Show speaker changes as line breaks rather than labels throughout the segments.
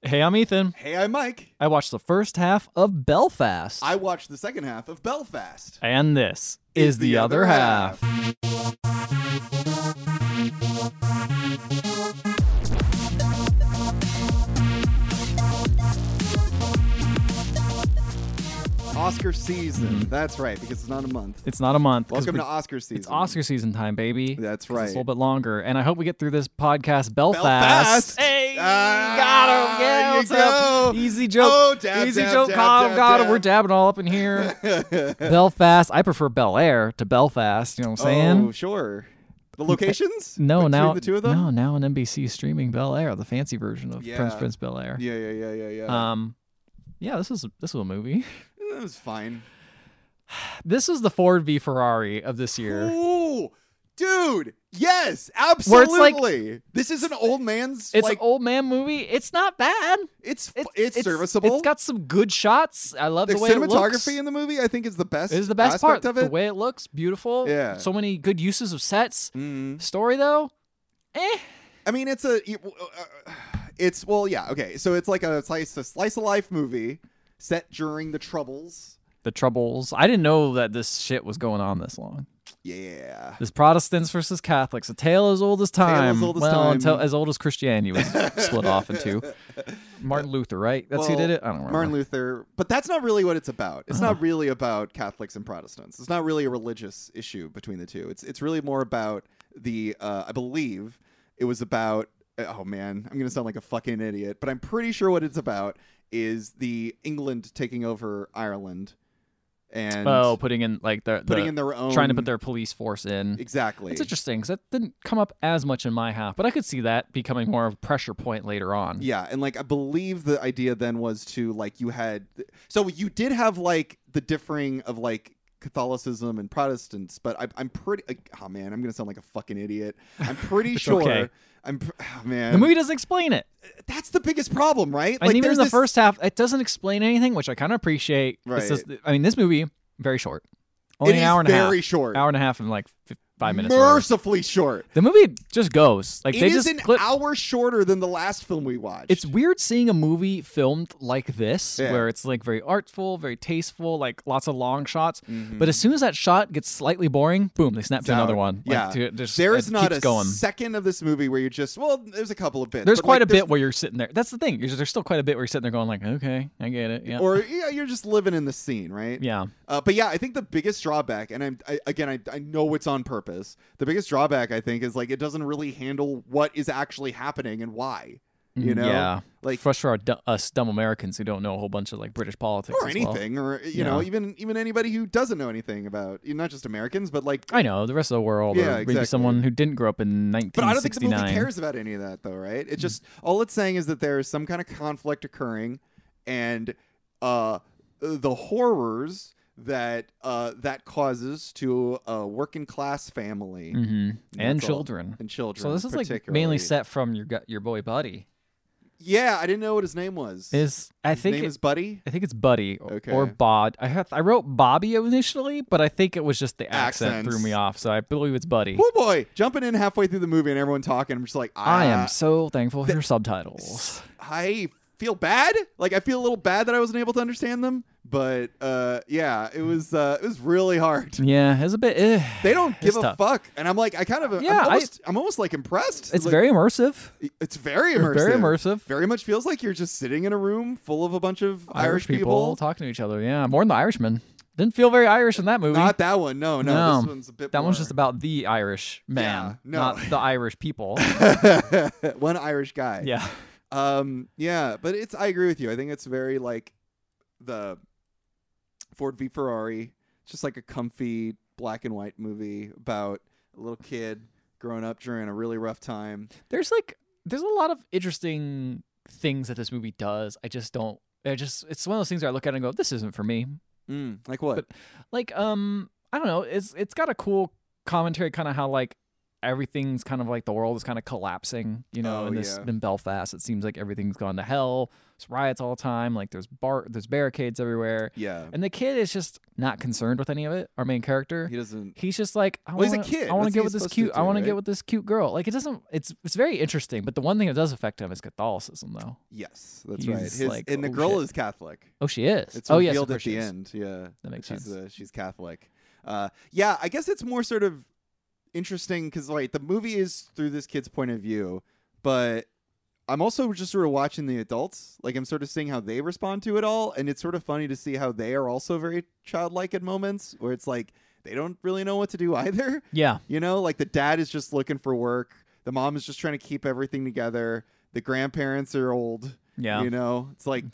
Hey, I'm Ethan.
Hey, I'm Mike.
I watched the first half of Belfast.
I watched the second half of Belfast.
and this is the, other half.
Oscar season. That's right, because it's not a month.
It's not a month. 'cause
Welcome
Mm-hmm. we-
to Oscar season.
It's Oscar season time, baby.
That's
'Cause It's a
right.
little bit longer, and I hope we get through this podcast, Belfast.
Belfast.
Hey,
Ah,
got him. Yeah,
you
what's up?
go.
Easy joke.
Oh, dab,
Easy
dab,
joke.
dab,
got him,
dab,
got him.
dab.
We're dabbing all up in here. Belfast. I prefer Bel Air to Belfast. You know what I'm saying?
Oh, sure. The locations?
no,
Between
now
the two of them.
no, now on NBC streaming Bel Air, the fancy version of Prince
Yeah.
Prince Bel Air.
Yeah, yeah, yeah, yeah, yeah.
Um, yeah, this is this is a movie.
it was fine.
This is the Ford v Ferrari of this year.
Ooh, dude. Yes,
Where it's
absolutely.
like-
this is an old man's.
It's
like
an old man movie. It's not bad.
it's fu- it's, serviceable.
It's got some good shots. I love
the,
the, way it looks.
cinematography in the movie. I think is the best.
It is the best part
aspect of
The
it.
way it looks, beautiful.
Yeah.
So many good uses of sets.
Mhm.
Story though, eh?
I mean, it's a, uh, it's well, yeah, okay. So it's like a slice, a slice of life movie set during the Troubles.
The troubles. I didn't know that this shit was going on this long.
Yeah,
This Protestants versus Catholics, a tale as old as time.
old as
well,
time.
until- as old as Christianity was split off into. Martin Luther, right? That's who
Well,
did it. I don't remember.
Martin Luther. But that's not really what it's about. It's not really about Catholics and Protestants. It's not really a religious issue between the two. It's it's really more about the. Uh, I believe it was about. Oh man, I'm gonna sound like a fucking idiot, but I'm pretty sure what it's about is the England taking over Ireland, and
Oh, putting in like their
putting
the-
in their own
trying to put their police force in.
exactly.
It's interesting because that didn't come up as much in my half, but I could see that becoming more of a pressure point later on.
Yeah, and like I believe the idea then was to like you had so you did have like the differing of like Catholicism and Protestants, but I, I'm pretty like, oh man, I'm gonna sound like a fucking idiot. I'm pretty
It's
sure.
okay.
I'm pr- oh, man.
The movie doesn't explain it.
That's the biggest problem, right?
and even in
there's
the
this-
first half, it doesn't explain anything, which I kind of appreciate. It's
Right.
just- I mean, this movie very short,
it
only an
is
hour and a half,
very short,
hour and a half, and like f- five minutes. or whatever.
mercifully short.
The movie just goes like
It
they
is
just
an
clip.
hour shorter than the last film we watched.
It's weird seeing a movie filmed like this,
Yeah.
where it's like very artful, very tasteful, like lots of long shots.
Mhm.
But as soon as that shot gets slightly boring, boom, they snap to
out.
another one. Like,
Yeah.
to- just,
there
it
is not
keeps
a
going.
second of this movie where you're just well, there's a couple of bits.
There's
but,
quite
like,
a
there's
bit where you're sitting there. That's the thing. There's, there's still quite a bit where you're sitting there going like, okay, I get it. Yeah.
or yeah, you're just living in the scene, right?
yeah.
Uh, but yeah, I think the biggest drawback, and I'm I, again, I, I know it's on purpose. The biggest drawback, I think, is like it doesn't really handle what is actually happening and why, you know,
Mm, Mm-hmm. Yeah.
like
Fresh for our du- us dumb Americans who don't know a whole bunch of like British politics
or
as well.
anything, or you know,
Yeah.
even even anybody who doesn't know anything about you know, not just Americans, but like.
I know the rest of the world,
Yeah,
or maybe
exactly.
someone who didn't grow up in
But I don't think the
1969.
movie cares about any of that, though, right?
Mm.
It just all it's saying is that there is some kind of conflict occurring, and uh, the horrors that uh, that causes to a working class family
Mhm. and
That's all.
children.
and children.
So this is like mainly
particularly.
set from your gu- your boy Buddy.
Yeah, I didn't know what his name was.
Is I
his
think
name
it-
is Buddy.
I think it's Buddy o-
Okay.
or Bod. I had, I wrote Bobby initially, but I think it was just the accent threw
Accents.
me off. So I believe it's Buddy.
Oh boy, jumping in halfway through the movie and everyone talking. I'm just like,
I
ah,
am so thankful for your subtitles.
I feel bad. Like I feel a little bad that I wasn't able to understand them. But uh, yeah, it was uh, it was really hard.
Yeah, it's a bit. eh,
They don't
it's
give a
tough.
fuck, and I'm like, I kind of,
Yeah, I-
I'm almost, I, am almost like impressed.
It's
Like,
very immersive.
it's very
They're
immersive.
Very immersive.
Very much feels like you're just sitting in a room full of a bunch of Irish,
talking to each other. Yeah, more than the Irishman. Didn't feel very Irish in that movie.
Not that one. No, no,
No.
this one's a bit.
that one's
more-
just about the Irish man,
no.
not the Irish people.
one Irish guy.
yeah,
Um. Yeah, but it's. I agree with you. I think it's very like the Ford v Ferrari. It's just like a comfy black and white movie about a little kid growing up during a really rough time.
there's like there's a lot of interesting things that this movie does. I just don't. I just it's one of those things where I look at it and go, this isn't for me.
Mm, like what?
But- Like um, I don't know. It's it's got a cool commentary, kind of how like everything's kind of like the world is kind of collapsing, you know,
Oh,
in this
yeah.
in Belfast. It seems like everything's gone to hell. It's riots all the time, like there's bar there's barricades everywhere.
Yeah.
And the kid is just not concerned with any of it, our main character.
He doesn't.
He's just like, I
Well, he's
want
a
to
kid.
I want
That's
to get
what
with
he's
this
supposed to
cute. I
do,
want to
right?
get with this cute girl. Like it doesn't. It's it's very interesting. But the one thing that does affect him is Catholicism, though.
Yes, that's right.
He's
His,
like,
and the
"Oh,
girl
shit."
is Catholic.
Oh, she is.
It's
oh, yes,
revealed
of
at
course
the
she is.
end. Yeah,
That makes
she's,
sense.
Uh, she's Catholic. Uh, yeah, I guess it's more sort of interesting because like the movie is through this kid's point of view, but I'm also just sort of watching the adults. Like I'm sort of seeing how they respond to it all, and it's sort of funny to see how they are also very childlike at moments where it's like they don't really know what to do either.
Yeah,
You know, like the dad is just looking for work. The mom is just trying to keep everything together. The grandparents are old.
yeah.
You know, it's like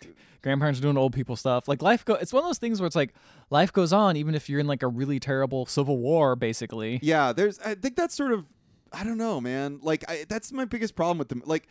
Grandparents are doing old people stuff. Like life go. It's one of those things where it's like life goes on, even if you're in like a really terrible civil war, basically.
Yeah, there's. I think that's sort of. I don't know, man. Like I, that's my biggest problem with them. Like,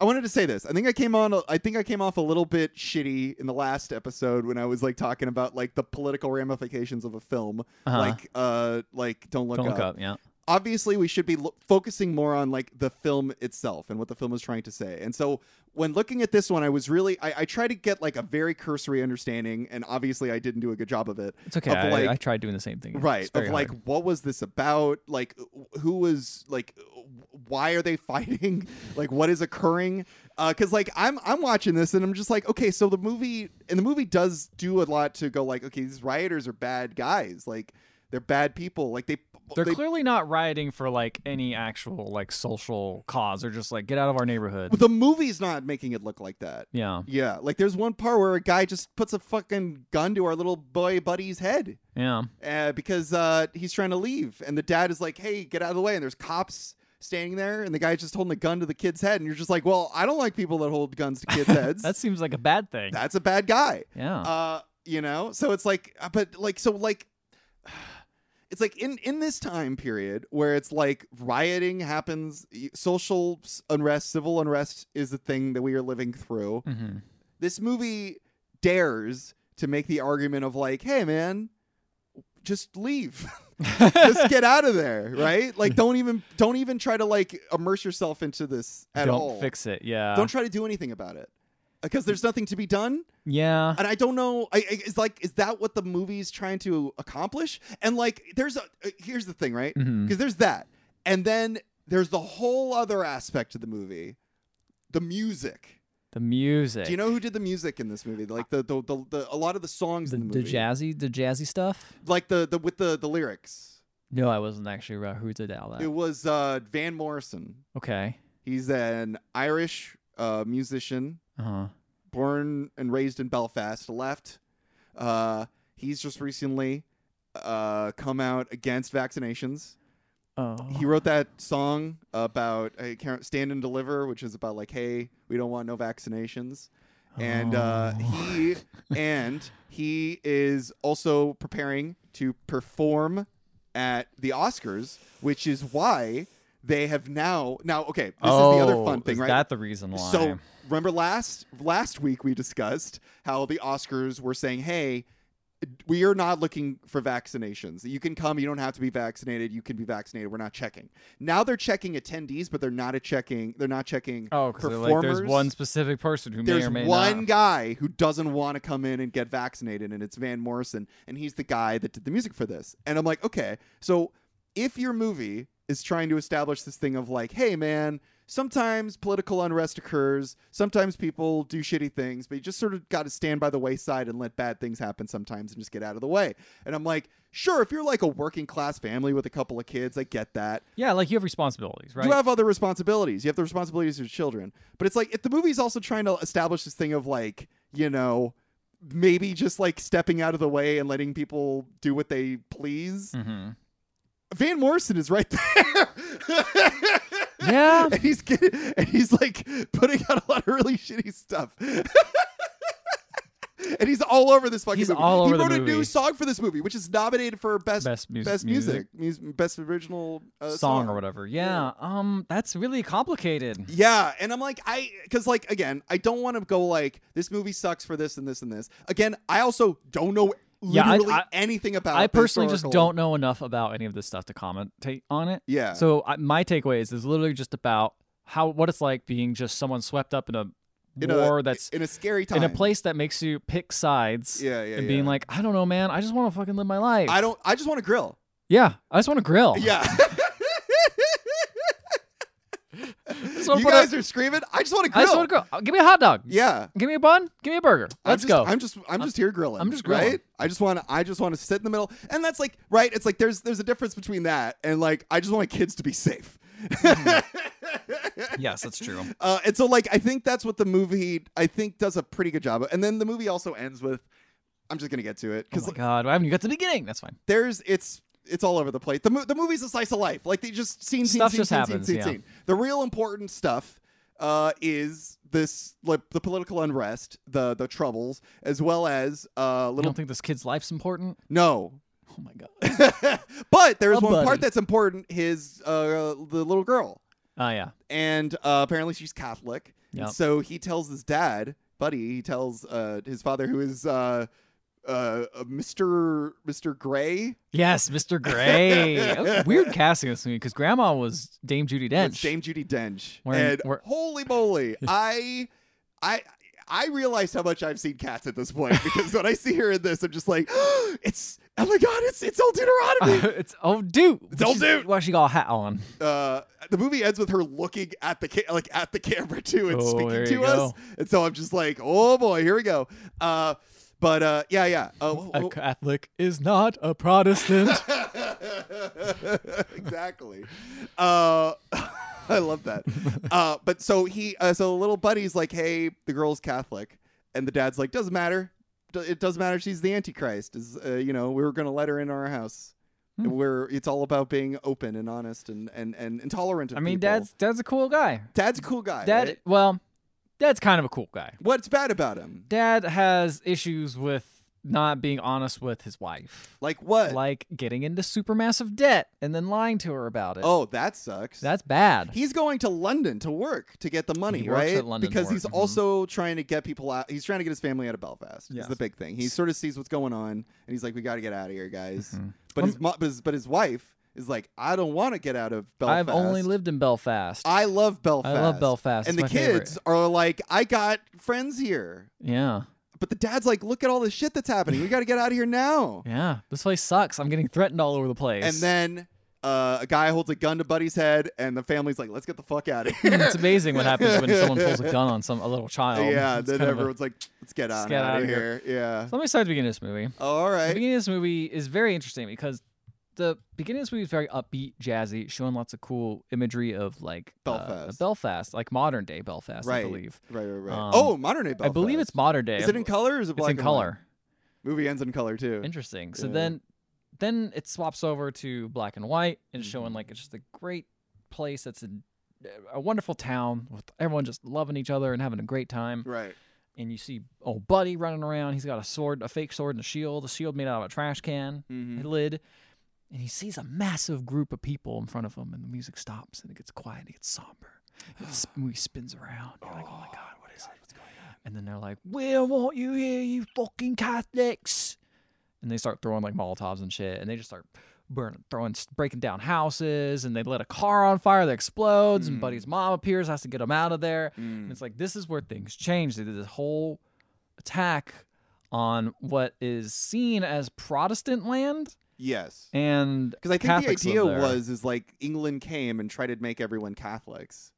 I wanted to say this. I think I came on. I think I came off a little bit shitty in the last episode when I was like talking about like the political ramifications of a film,
Uh-huh.
like uh, like Don't Look,
Don't
up.
look up. Yeah.
Obviously, we should be lo- focusing more on like the film itself and what the film is trying to say. And so when looking at this one, I was really I, I tried to get like a very cursory understanding, and obviously I didn't do a good job of it
It's okay.
Of,
I,
like-
I tried doing the same thing. It's
right
very
of like
hard.
what was this about like wh- who was like wh- why are they fighting like what is occurring because like i'm i'm watching this and i'm just like okay so the movie and the movie does do a lot to go like okay these rioters are bad guys like they're bad people like they
They're
they-
clearly not rioting for like any actual like social cause. They're just like get out of our neighborhood.
the movie's not making it look like that
yeah.
yeah like there's one part where a guy just puts a fucking gun to our little boy buddy's head
Yeah.
uh, because uh, he's trying to leave, and the dad is like, "Hey, get out of the way!" And there's cops standing there, and the guy's just holding a gun to the kid's head, and you're just like, "Well, I don't like people that hold guns to kids' heads.
That seems like a bad thing.
That's a bad guy."
yeah.
Uh, you know, so it's like, uh, but like, so like. It's like in, in this time period where it's like rioting happens, y- social s- unrest, civil unrest is the thing that we are living through
mm-hmm.
this movie dares to make the argument of like, hey man, just leave. just get out of there, right? Like don't even don't even try to like immerse yourself into this at
don't
all.
fix it. Yeah.
Don't try to do anything about it. Because there's nothing to be done,
yeah.
and I don't know. I, I it's like, is that what the movie's trying to accomplish? And like, there's a uh, here's the thing, right?
Mhm.
because there's that and then there's the whole other aspect of the movie the music
The music.
do you know who did the music in this movie like the the, the, the a lot of the songs
the,
in the
the
movie
jazzy the jazzy stuff?
like the the with the the lyrics
No, I wasn't actually aware who did all
it
that.
was uh van morrison
Okay.
he's an irish uh musician
Uh huh.
born and raised in belfast left uh he's just recently uh come out against vaccinations
Oh.
he wrote that song about I can't- stand and deliver which is about like hey we don't want no vaccinations and uh,
Oh.
he and he is also preparing to perform at the oscars which is why they have now now okay this is the other fun
Oh,
thing
is
right
that the reason why?
so remember last last week we discussed how the Oscars were saying, "Hey, we are not looking for vaccinations. You can come. You don't have to be vaccinated. You can be vaccinated. We're not checking." Now they're checking attendees, but they're not a checking. They're not checking.
oh, because like, there's
performers-
one specific person who
There's
may or may
one
not.
guy who doesn't want to come in and get vaccinated, and it's Van Morrison, and he's the guy that did the music for this. And I'm like, okay, so if your movie is trying to establish this thing of like, hey, man, sometimes political unrest occurs, sometimes people do shitty things, but you just sort of got to stand by the wayside and let bad things happen sometimes and just get out of the way. And I'm like, sure, if you're like a working class family with a couple of kids, I get that.
Yeah, like you have responsibilities, right?
You have other responsibilities. You have the responsibilities of your children. But it's like if the movie's also trying to establish this thing of like, you know, maybe just like stepping out of the way and letting people do what they please.
Mhm.
Van Morrison is right there.
Yeah.
and he's getting, and he's like putting out a lot of really shitty stuff. and he's all over this fucking
He's
movie.
all over
he
the
wrote a new
movie.
song for this movie, which is nominated for best best,
Best, mus-
music, Mus- best original uh,
song or whatever. Yeah. Um, that's really complicated.
Yeah, and I'm like, I because like again, I don't want to go like this movie sucks for this and this and this. Again, I also don't know
Yeah, I-
literally
I-
anything about.
I
the
personally just
historical-
don't know enough about any of this stuff to commentate on it.
Yeah.
So I, my takeaway is, is literally just about how what it's like being just someone swept up in a
In a-
war that's
in a scary time.
in a place that makes you pick sides
Yeah, yeah.
and
yeah.
being like, I don't know, man, I just want to fucking live my life.
I don't. I just want to grill.
yeah, I just want to grill.
Yeah.
wanna
you
put
guys are screaming. I just want to grill.
I just want to grill. Give me a hot dog.
Yeah.
Give me a bun. Give me a burger.
I'm
Let's
just-
go.
I'm just I'm just here grilling.
I'm just
Right?
grilling.
I just want to I just want to sit in the middle. And that's like right, it's like there's there's a difference between that and like I just want my kids to be safe.
yes, that's true.
Uh, and so like I think that's what the movie I think does a pretty good job. of. And then the movie also ends with I'm just going to get to it
Oh
cuz
my god, why haven't you got to the beginning? That's fine.
there's it's it's all over the place. The, mo- the movie's a slice of life. Like they just scene scene
Stuff
scene,
just
scene,
happens,
scene,
yeah.
scene, scene. The real important stuff uh, is this like the political unrest, the the troubles, as well as uh,
I
little
don't think this kid's life's important.
no
Oh my god.
but there is
A
one part
buddy.
that's important: his uh, the little girl,
Oh yeah.
and uh, apparently she's Catholic. And
Yep.
So he tells his dad, buddy. He tells uh, his father, who is uh, uh, Mister Mister Gray,
Yes, Mr. Gray. That was weird casting this movie because Grandma was Dame Judy
with
Dench.
Dame Judy Dench,
Wearing-
and
wear-
holy moly, I, I. I realized how much I've seen cats at this point because when I see her in this, I'm just like, it's oh my god, it's it's El Deuteronomy.
it's oh dude.
It's old
She's-
dude.
Why she got a hat on?
uh, the movie ends with her looking at the ca- like at the camera too and
Oh,
speaking
there
to
you
us,
go.
and so I'm just like, oh boy, here we go. Uh, but uh, yeah, yeah. Uh, wh-
A
wh-
Catholic is not a Protestant.
exactly. Uh, I love that. Uh, but so he, uh, so the little buddy's like, "Hey, the girl's Catholic," and the dad's like, "Doesn't matter. D- It doesn't matter. She's the Antichrist. Is uh, you know, we were gonna let her in our house.
Hmm.
We're it's all about being open and honest and and and intolerant. Of
I mean,
people.
Dad's Dad's a cool guy.
dad's a cool guy.
Dad,
right?
well, Dad's kind of a cool guy.
What's bad about him?
Dad has issues with not being honest with his wife,
Like what?
like getting into supermassive debt and then lying to her about it.
oh, that sucks.
That's bad.
He's going to London to work to get the money,
He works
right?
at London to
because
work,
he's
mhm.
also trying to get people out. He's trying to get his family out of Belfast. Is
Yes.
the big thing. He sort of sees what's going on, and he's like, "We got to get out of here, guys."
Mhm.
But his mo- but his but his wife is like, "I don't want to get out of Belfast.
I've only lived in Belfast.
I love Belfast.
I love Belfast.
And the
It's my
kids
favorite.
are like, "I got friends here,"
Yeah,
but the dad's like, "Look at all this shit that's happening. We got to get out of here now."
yeah. This place sucks. I'm getting threatened all over the place.
And then uh, a guy holds a gun to Buddy's head, and the family's like, "Let's get the fuck out of here."
it's amazing what happens when someone pulls a gun on some a little child.
Yeah,
It's
then
kind of a-
everyone's like, "Let's get
Let's
out,
get
of
outta
here.
here.
Yeah.
So let me start at the beginning of this movie.
All
The
right.
beginning of this movie is very interesting because the beginning of this movie is very upbeat, jazzy, showing lots of cool imagery of like uh,
Belfast.
Belfast, like modern day Belfast,
Right.
I believe.
Right, right, right.
Um,
oh, modern day.
I believe it's
Belfast.
modern day.
Is it in color? Or is it
It's
black
in
and white?
color.
Movie ends in color too.
Interesting. So
Yeah.
then, then it swaps over to black and white and it's showing
Mhm.
like it's just a great place that's a, a wonderful town with everyone just loving each other and having a great time.
Right.
And you see old buddy running around. He's got a sword, a fake sword, and a shield. A shield made out of a trash can.
Mm-hmm.
lid and he sees a massive group of people in front of him and the music stops and it gets quiet and it gets somber the movie spins around you're like oh my god what is it and then they're like we don't want you here you fucking catholics and they start throwing like molotovs and shit and they just start burning throwing breaking down houses and they let a car on fire that explodes
Mm.
and buddy's mom appears has to get him out of there and it's like this is where things change. They did this whole attack on what is seen as Protestant land
Yes.
and
Because I think
Catholics
the
live
idea
there.
was is like England came and tried to make everyone Catholics.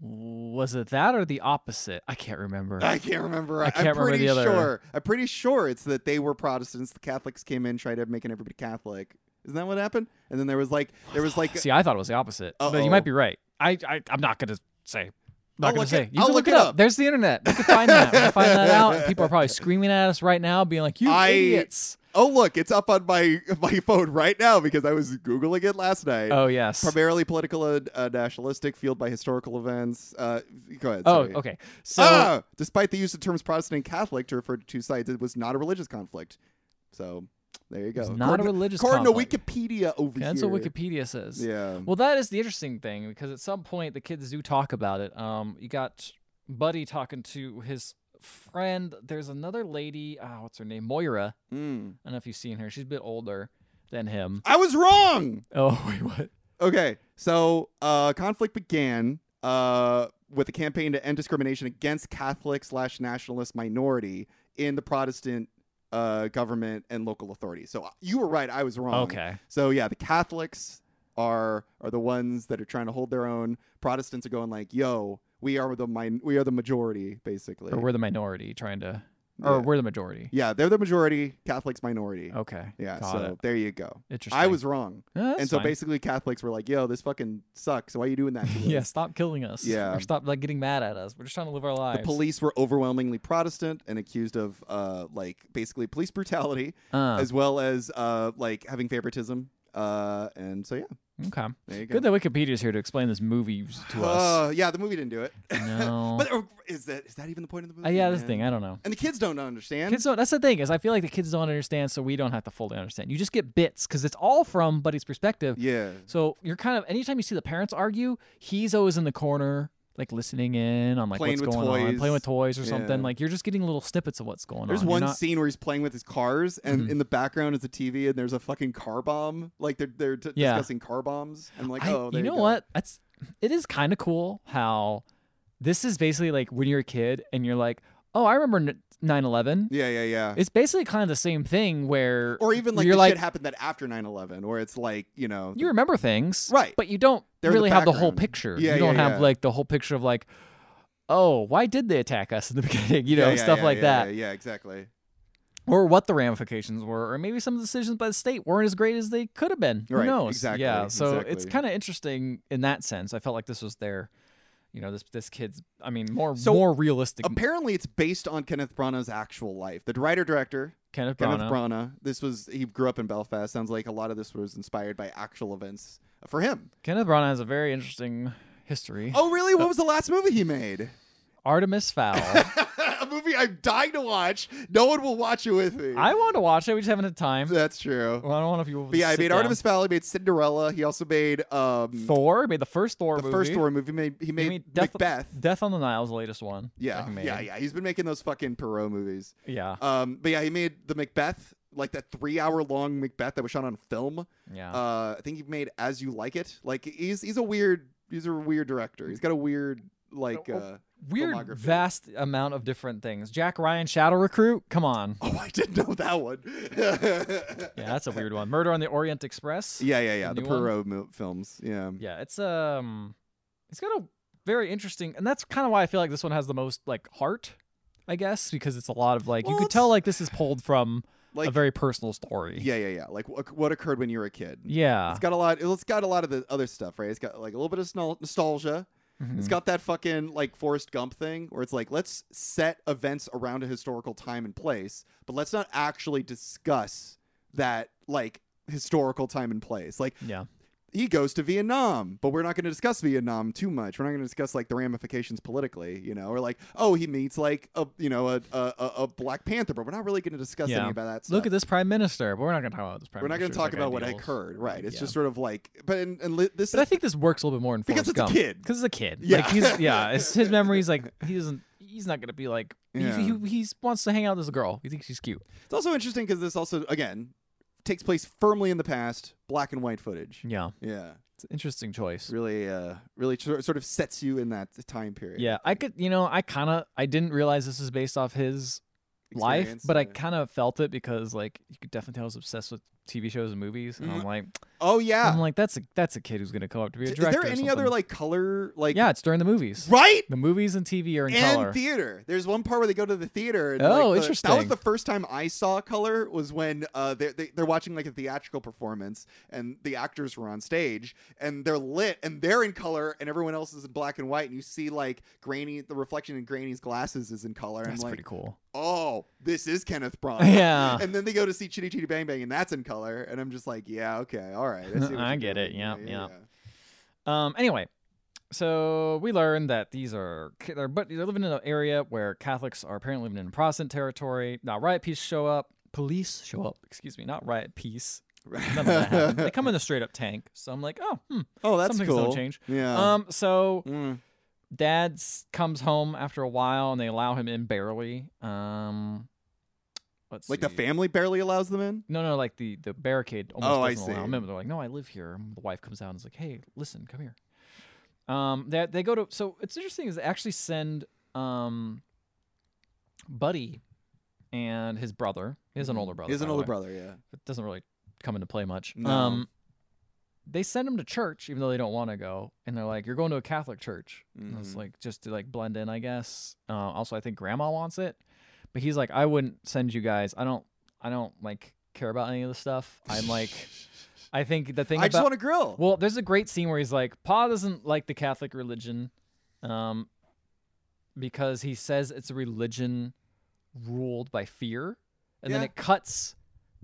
was it that or the opposite? I can't remember.
I can't remember.
I
I'm
can't remember
pretty
the other-
sure. I'm pretty sure it's that they were Protestants. The Catholics came in, tried to making everybody Catholic. Isn't that what happened? And then there was like there was like
See, I thought it was the opposite, but
Uh-oh.
you might be right. I, I I'm not gonna say. Not
I'll
gonna
look
say.
it-
you
I'll
can
look
look,
it
up.
up.
There's the internet. We can find that. We can find that out. And people are probably screaming at us right now, being like, "You
I-
idiots!"
oh look, it's up on my my phone right now because I was googling it last night.
Oh yes.
primarily political and uh, nationalistic, fueled by historical events. Uh, go ahead.
oh
sorry.
okay. So
Ah! despite the use of terms Protestant and Catholic to refer to two sides, it was not a religious conflict. So there you go.
It's not a religious
according to
conflict.
Wikipedia over
that's
here.
what Wikipedia says.
Yeah.
Well, that is the interesting thing because at some point the kids do talk about it. Um, you got Buddy talking to his friend. There's another lady. Ah, what's her name? Moira.
Mm.
I don't know if you've seen her. She's a bit older than him.
I was wrong.
Oh wait, what?
Okay, so uh, conflict began uh, with a campaign to end discrimination against Catholic slash nationalist minority in the Protestant uh, government and local authorities. So you were right; I was wrong.
Okay.
So yeah, the Catholics are are the ones that are trying to hold their own. Protestants are going like, "Yo, we are the min- we are the majority, basically."
Or we're the minority trying to,
yeah.
or we're the majority.
yeah, they're the majority. Catholics minority.
Okay.
yeah.
got
So
it.
there you go.
Interesting.
I was wrong.
Yeah, that's
and so
fine.
basically Catholics were like, "Yo, this fucking sucks. Why are you doing that?" To us?"
yeah, stop killing us.
Yeah.
Or stop like getting mad at us. We're just trying to live our lives.
The police were overwhelmingly Protestant and accused of uh, like basically police brutality
Uh,
as well as uh, like having favoritism. Uh, and so yeah,
okay.
there you go.
Good that Wikipedia's here to explain this movie to us.
Uh, yeah, the movie didn't do it.
No.
but uh, is that is that even the point of the movie?
Uh, yeah, this
man?
thing. I don't know.
And the kids don't understand.
Kids don't, that's the thing is I feel like the kids don't understand, so we don't have to fully understand. You just get bits because it's all from Buddy's perspective.
yeah.
So you're kind of anytime you see the parents argue, he's always in the corner, like listening in on like
Playing
what's
with
going on,
toys.
playing with toys or
Yeah.
something. Like you're just getting little snippets of what's going
There's
on. You're
one
not- Mm-hmm.
scene where he's playing with his cars, and in the background is a TV, and there's a fucking car bomb. Like they're they're t-
Yeah.
discussing car bombs. I'm like,
I-
oh, there
you know
go.
what? That's it is kind of cool how this is basically like when you're a kid and you're like, oh, I remember 9 11.
Yeah, yeah, yeah.
It's basically kind of the same thing where,
or even like
you're
the
like
shit happened that after 9-11 where it's like you know
you remember things,
Right.
But you don't
They're in the
really have the whole
background.
picture.
Yeah,
you don't
yeah,
have
yeah.
like the whole picture of like, oh, why did they attack us in the beginning? You know,
Yeah, yeah,
stuff
yeah,
like
yeah,
that.
yeah, yeah exactly
or what the ramifications were, or maybe some of the decisions by the state weren't as great as they could have been. Who
Right,
knows?
exactly,
Yeah. So it's
exactly.
kind of interesting in that sense. I felt like this was their, you know, this this kid's. I mean, more
So,
more realistic.
apparently it's based on kenneth branagh's actual life the writer director
Kenneth
kenneth
Branagh.
branagh this was he grew up in belfast sounds like a lot of this was inspired by actual events for him
Kenneth Branagh has a very interesting history.
oh really what was the last movie he made
Artemis Fowl.
a movie i'm dying to watch no one will watch it with me
I wanted to watch it. We just haven't had time.
that's true
Well, I don't know if you.
but yeah i
sit
made
down.
artemis fowl he made cinderella he also made um
Thor made the first Thor
the
movie.
first Thor movie he made he
He
made,
made Death,
macbeth
Death on the Nile's latest one. that
yeah
he made.
yeah yeah he's been making those fucking Perot movies
yeah,
Um, but yeah, he made the Macbeth, like that three-hour-long Macbeth that was shot on film.
yeah.
Uh, I think he made As You Like It. Like he's he's a weird he's a weird director. He's got a weird like.
Oh,
Uh, filmography.
Weird, vast amount of different things. Jack Ryan, Shadow Recruit. Come on.
oh, I didn't know that one.
Yeah, that's a weird one. Murder on the Orient Express.
yeah, yeah, yeah.
The
The,
new one?
Perot mo- films. Yeah.
Yeah, it's um it's got a very interesting and that's kind of why I feel like this one has the most like heart, I guess, because it's a lot of like
Well,
you could
it's-
tell like this is pulled from
Like.
a very personal story.
yeah, yeah, yeah. Like what, what occurred when you were a kid.
Yeah.
It's got a lot. It's got a lot of the other stuff, right? It's got like a little bit of snol- nostalgia.
Mhm.
It's got that fucking like Forrest Gump thing where it's like let's set events around a historical time and place, but let's not actually discuss that like historical time and place. Like
yeah.
he goes to Vietnam, but we're not going to discuss Vietnam too much. We're not going to discuss like the ramifications politically, you know, or like oh he meets like a you know a a, a- a Black Panther, but we're not really going to discuss
Yeah.
any about that. Stuff.
Look at this prime minister, but we're not going to talk about this prime
We're not going to
minister. It's,
talk about
like,
what
ideals.
occurred, right? It's
Yeah.
just sort of like, but and, and li- this
But I
is
think this works a little bit more in
Because
Forrest
it's a
Gump.
kid.
Because it's a kid.
Yeah.
Like he's yeah, it's his memories like he doesn't he's not going to be like he-
Yeah.
he, he wants to hang out with this girl. He thinks she's cute.
It's also interesting because this also again takes place firmly in the past, black and white footage.
Yeah.
Yeah,
It's an interesting choice.
really, uh, really tr- sort of sets you in that time period.
Yeah, I could, you know, I kind of, I didn't realize this was based off his life,
Experience,
but I
yeah.
kind of felt it because, like, you could definitely tell I was obsessed with TV shows and movies, and I'm like,
oh yeah.
I'm like, that's a that's a kid who's gonna come up to be a
Is
director.
there
or
any other
something."
like color like
Yeah, it's during the movies.
right?
The movies and TV are in
and
color.
theater. There's one part where they go to the theater. And,
Oh,
like, the- That was
interesting.
the first time I saw color. Was when uh, they're they, they're watching like a theatrical performance, and the actors were on stage, and they're lit, and they're in color, and everyone else is in black and white, and you see like grainy, the reflection in Granny's glasses is in color.
that's
I'm like,
pretty cool.
oh, this is Kenneth Branagh.
Yeah.
And then they go to see Chitty Chitty Bang Bang, and that's in color, and I'm just like, yeah, okay, all right. see what
I
you're
get
doing.
it, yep, yep. Um. Anyway, so we learned that these are ki- they're but they're living in an area where Catholics are apparently living in Protestant territory. Now riot police show up. Police show up. Excuse me, not riot police. None of that happened. They come in a straight up tank. So I'm like, oh, hmm,
oh,
some
that's
things Um,
cool.
don't change.
Yeah.
Um, so
Mm.
Dad s- comes home after a while, and they allow him in barely. Um, let's
Like the
see.
family barely allows them in.
No, no, like the the barricade almost
Oh, I
doesn't allow
see.
him. in, but They're like, no, I live here. And the wife comes out and is like, hey, listen, come here. Um, that they go to. So it's interesting is they actually send um, Buddy and his brother. He has an
Mhm.
older brother.
He's an
by the
older
way.
brother. Yeah.
It doesn't really come into play much.
No.
Um, they send him to church even though they don't want to go, and they're like, you're going to a Catholic church. And
Mhm.
It's like just to like blend in, I guess. Uh, also, I think Grandma wants it, but he's like, I wouldn't send you guys. I don't. I don't like care about any of this stuff. I'm like, I think the thing
I just
about
want to grill.
well, there's a great scene where he's like, Pa doesn't like the Catholic religion, um, because he says it's a religion ruled by fear, and then
Yeah.
it cuts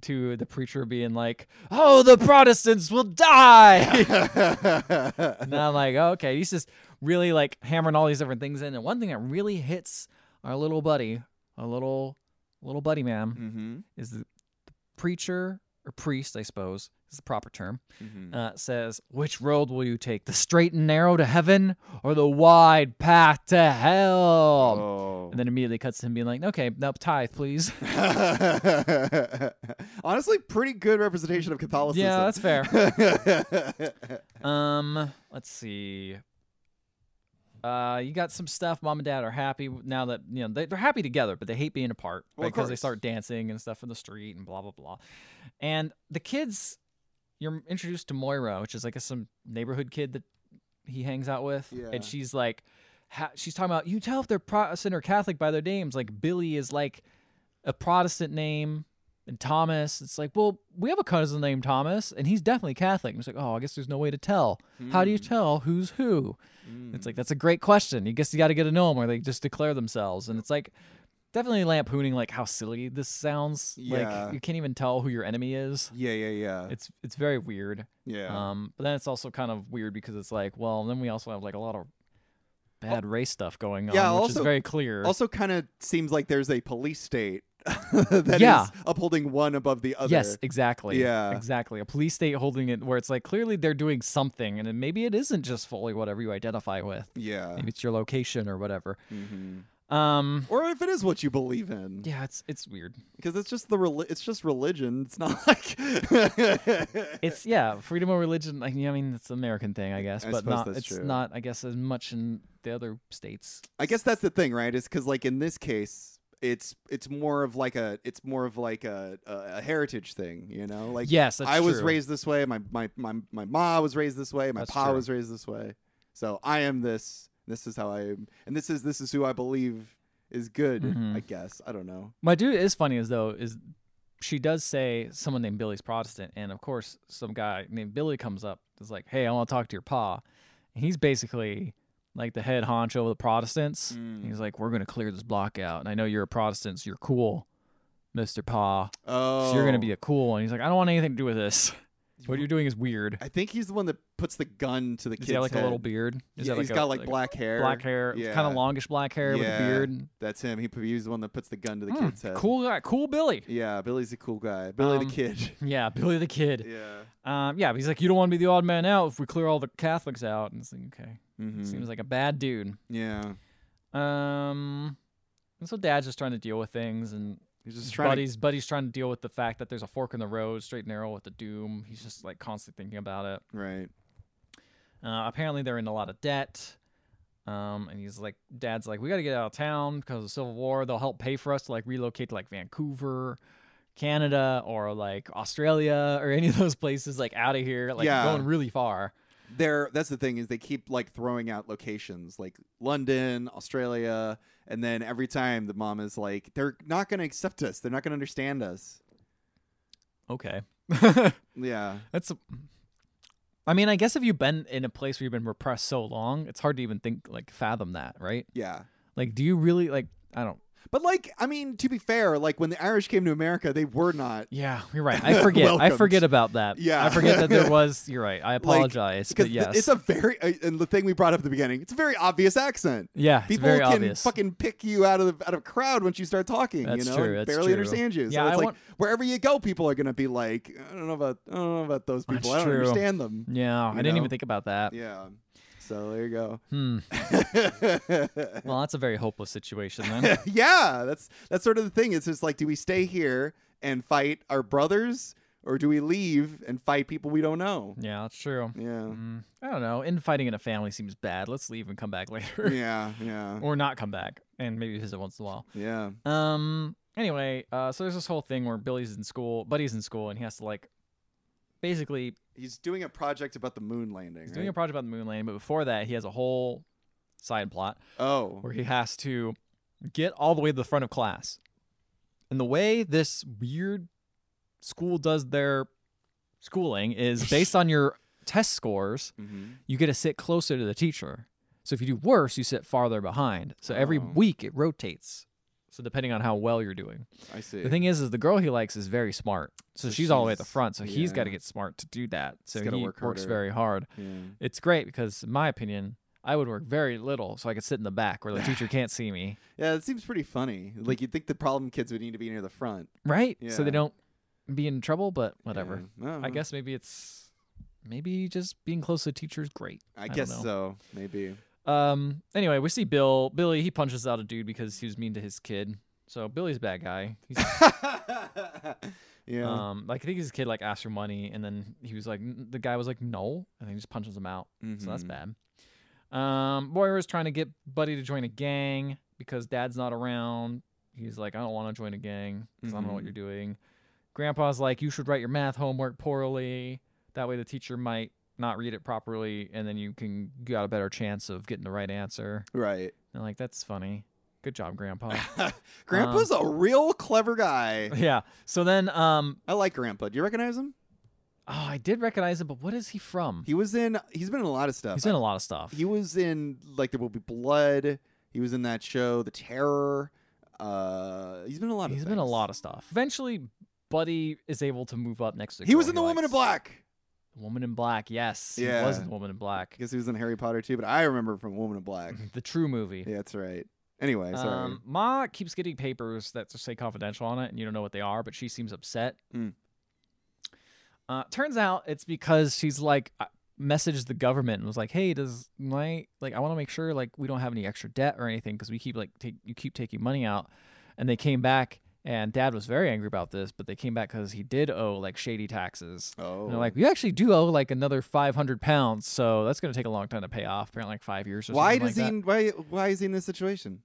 to the preacher being like, Oh, the Protestants will die. And I'm like, oh, okay, he's just really like hammering all these different things in. And one thing that really hits our little buddy, our little little buddy man,
mm-hmm.
is the, the preacher or priest, I suppose, is the proper term.
Mm-hmm.
Uh, says, which road will you take, the straight and narrow to heaven, or the wide path to hell?
oh.
And then immediately cuts to him being like, okay, now tithe, please.
Honestly, pretty good representation of Catholicism.
yeah, that's fair.
fair.
Um, let's see. Uh, you got some stuff. Mom and dad are happy now that you know they, they're happy together, but they hate being apart
Well, of
because they
course.
start dancing and stuff in the street and blah blah blah. And the kids, you're introduced to Moira, which is like a, some neighborhood kid that he hangs out with,
Yeah.
and she's like, ha- she's talking about you tell if they're Protestant or Catholic by their names. Like Billy is like a Protestant name, and Thomas. It's like, well, we have a cousin named Thomas, and he's definitely Catholic. And it's like, oh, I guess there's no way to tell. How do
Hmm. Mm.
you tell who's who? It's like that's a great question. You guess you got to get to know them, or they just declare themselves. And it's like definitely lampooning like how silly this sounds.
Yeah.
Like you can't even tell who your enemy is.
Yeah, yeah, yeah,
It's it's very weird.
yeah.
Um, but then it's also kind of weird because it's like, well, then we also have like a lot of bad race stuff going
Yeah,
on, which
also-
is very clear.
also, kind of seems like there's a police state that is
Yeah.
upholding one above the other.
Yes, exactly.
Yeah.
exactly. A police state holding it where it's like clearly they're doing something, and then maybe it isn't just fully whatever you identify with.
Yeah.
Maybe it's your location or whatever.
hmm
Um,
Or if it is what you believe in,
yeah, it's it's weird.
because it's just the reli- it's just religion. It's not like
It's yeah, freedom of religion. Like, I mean, it's an American thing, I guess,
I
but
suppose
not.
that's
It's
true.
not, I guess, as much in the other states.
I guess that's the thing, right? Is because like in this case, it's it's more of like a it's more of like a a, a heritage thing, you know? Like
yes, that's
I was
true.
raised this way. My my my my ma was raised this way. My
That's
pa
true.
was raised this way. So I am this. This is how I am, and this is this is who I believe is good.
Mhm.
I guess I don't know.
My dude is funny as though is she does say someone named Billy's Protestant, and of course some guy named Billy comes up is like, "Hey, I want to talk to your pa," and he's basically like the head honcho of the Protestants.
Mm.
He's like, "We're gonna clear this block out, and I know you're a Protestant, so you're cool, Mister Pa.
Oh,
So you're gonna be a cool one." He's like, "I don't want anything to do with this. What you're doing is weird."
I think he's the one that puts the gun to the
Is
kid's
he have, like
head.
a little beard? Is
yeah,
that, like
he's
a-
got like,
like,
black hair.
black hair,
Yeah.
kind of longish black hair with a
Yeah.
beard.
That's him. He he's the one that puts the gun to the
Mm,
kid's head.
cool guy, cool Billy.
Yeah, Billy's a cool guy. Billy
Um,
the kid.
Yeah, Billy the kid.
yeah.
Um, yeah, but he's like, you don't want to be the odd man out if we clear all the Catholics out. And it's like, okay,
Mhm.
seems like a bad dude.
yeah.
Um, and so dad's just trying to deal with things, and
He's just trying.
buddy's buddy's trying to deal with the fact that there's a fork in the road, straight and narrow with the doom. He's just like constantly thinking about it.
to, right.
Uh, apparently, they're in a lot of debt. Um, and he's like, Dad's like, we got to get out of town because of the Civil War. They'll help pay for us to like relocate to like Vancouver, Canada, or like Australia, or any of those places like out of here, like
Yeah.
going really far.
They're that's the thing is they keep like throwing out locations like London, Australia, and then every time the mom is like, they're not going to accept us. They're not going to understand us.
Okay.
Yeah.
That's. a- I mean, I guess if you've been in a place where you've been repressed so long, it's hard to even think, like, fathom that, right?
Yeah.
Like, do you really, like, I don't.
But like, I mean, to be fair, like when the Irish came to America, they were not
Yeah, you're right. I forget. I forget
Welcomed.
about that.
Yeah.
I forget that there was. You're right. I apologize.
because
but
th-
yes.
it's a very uh, and the thing we brought up at the beginning. It's a very obvious accent.
yeah, it's
People
very
can
obvious.
fucking pick you out of the, out of a crowd once you start talking.
That's
you know,
true,
and
that's true.
barely understand you. So
Yeah,
it's
I
like
want-
wherever you go, people are gonna be like, I don't know about, I don't know about those people.
That's
I don't
true.
understand them.
yeah, I
you
didn't
know?
even think about that.
Yeah. So there you go.
Hmm. Well, that's a very hopeless situation then.
yeah, that's that's sort of the thing. It's just like, do we stay here and fight our brothers, or do we leave and fight people we don't know?
yeah, that's true.
Yeah,
Mm, I don't know. Infighting in a family seems bad. Let's leave and come back later,
yeah, yeah,
or not come back, and maybe visit once in a while.
yeah.
Um. Anyway, uh, so there's this whole thing where Billy's in school, Buddy's in school, and he has to like, basically,
He's doing a project about the moon landing.
he's doing a project about the moon landing. But before that, he has a whole side plot
oh,
where he has to get all the way to the front of class. And the way this weird school does their schooling is based on your test scores,
hmm
you get to sit closer to the teacher. So if you do worse, you sit farther behind. So every
Oh.
week it rotates. So depending on how well you're doing.
I see.
The thing is is the girl he likes is very smart. So,
So
she's, all the way at the
she's-
front, so he's got to
yeah.
get smart to do that. So
gotta
he
work
works
harder.
very hard.
yeah.
It's great because in my opinion, I would work very little so I could sit in the back where the teacher can't see me.
yeah, it seems pretty funny. Like you'd think the problem kids would need to be near the front.
right? So
Yeah.
they don't be in trouble, but whatever.
Yeah. Mm-hmm. don't
I
know.
guess maybe it's maybe just being close to the teacher is great.
I,
I don't
guess
know.
so. Maybe.
Um. Anyway, we see Bill. Billy he punches out a dude because he was mean to his kid. So Billy's a bad guy. He's,
yeah.
um, like I think his kid like asked for money, and then he was like, n- the guy was like, no, and he just punches him out. So that's
Mhm.
bad. Um, Moira's trying to get Buddy to join a gang because Dad's not around. He's like, I don't want to join a gang because I don't know what
Mhm.
you're doing. Grandpa's like, you should write your math homework poorly. That way the teacher might not read it properly, and then you can you got a better chance of getting the right answer.
Right.
And like, that's funny. Good job, Grandpa.
Grandpa's a
Um,
real clever guy.
yeah. So then, um,
I like Grandpa. Do you recognize him?
oh, I did recognize him, but what is he from?
He was in. He's been in a lot of stuff.
He's in a lot of stuff.
He was in like There Will Be Blood. He was in that show, The Terror. Uh, he's been in a lot.
He's
of
been a
things.
lot of stuff. Eventually, Buddy is able to move up next to.
He was
girl
in The Woman in
likes.
Black.
The Woman in Black, yes. He was in
Yeah.
The Woman in
I
Black.
guess he was in Harry Potter too, but I remember from Woman in Black.
The true movie.
yeah, that's right. Anyway, sorry.
Um, Ma keeps getting papers that just say confidential on it, and you don't know what they are, but she seems upset.
Mm.
Uh, turns out it's because she's like uh, messaged the government and was like, "Hey, does my like I want to make sure like we don't have any extra debt or anything because we keep like take you keep taking money out," and they came back. And dad was very angry about this, but they came back because he did owe like shady taxes.
oh,
And they're like, you actually do owe like another 500 pounds, so that's going to take a long time to pay off. Apparently, like five years or
why
something.
does
like
he?
That.
Why? Why is he in this situation?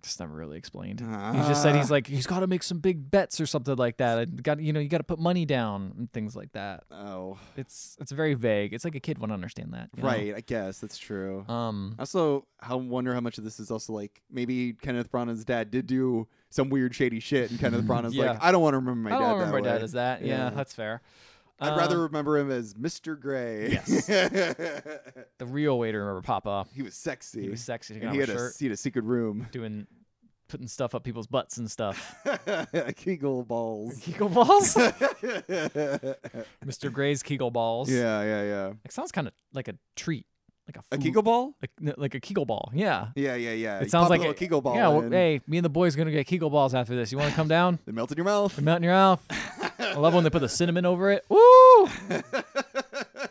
It's never really explained. he just said
Ah.
he's like, he's got to make some big bets or something like that. I got, you know, you got to put money down and things like that.
Oh,
It's it's very vague. It's like a kid wouldn't understand that. you know?
right. I guess that's true.
Um.
Also, I wonder how much of this is also like maybe Kenneth Branagh's dad did do some weird shady shit, and Kenneth Branagh's
Yeah.
like, I don't want to remember my
I
dad.
don't remember
that
my dad
way.
as that. Yeah,
Yeah.
that's fair.
I'd
Um,
rather remember him as Mr. Gray.
Yes.
he
the real way to remember Papa.
was sexy.
He was sexy. He
and he had, a,
shirt,
he had a secret room.
doing, putting stuff up people's butts and stuff.
Kegel balls.
Kegel balls.
yeah,
Mr. Gray's Kegel balls.
yeah, yeah.
It sounds kind of like a treat, like a
A
food-
Kegel ball?
like, no, like a Kegel ball. Yeah,
Yeah, yeah, yeah.
It
You
sounds
pop a
like
little
it-
Kegel ball.
yeah. well,
in,
hey, me and the boys gonna get Kegel balls after this. You want to come down?
They melt in your mouth.
They melt in your mouth. I love when they put the cinnamon over it. Woo!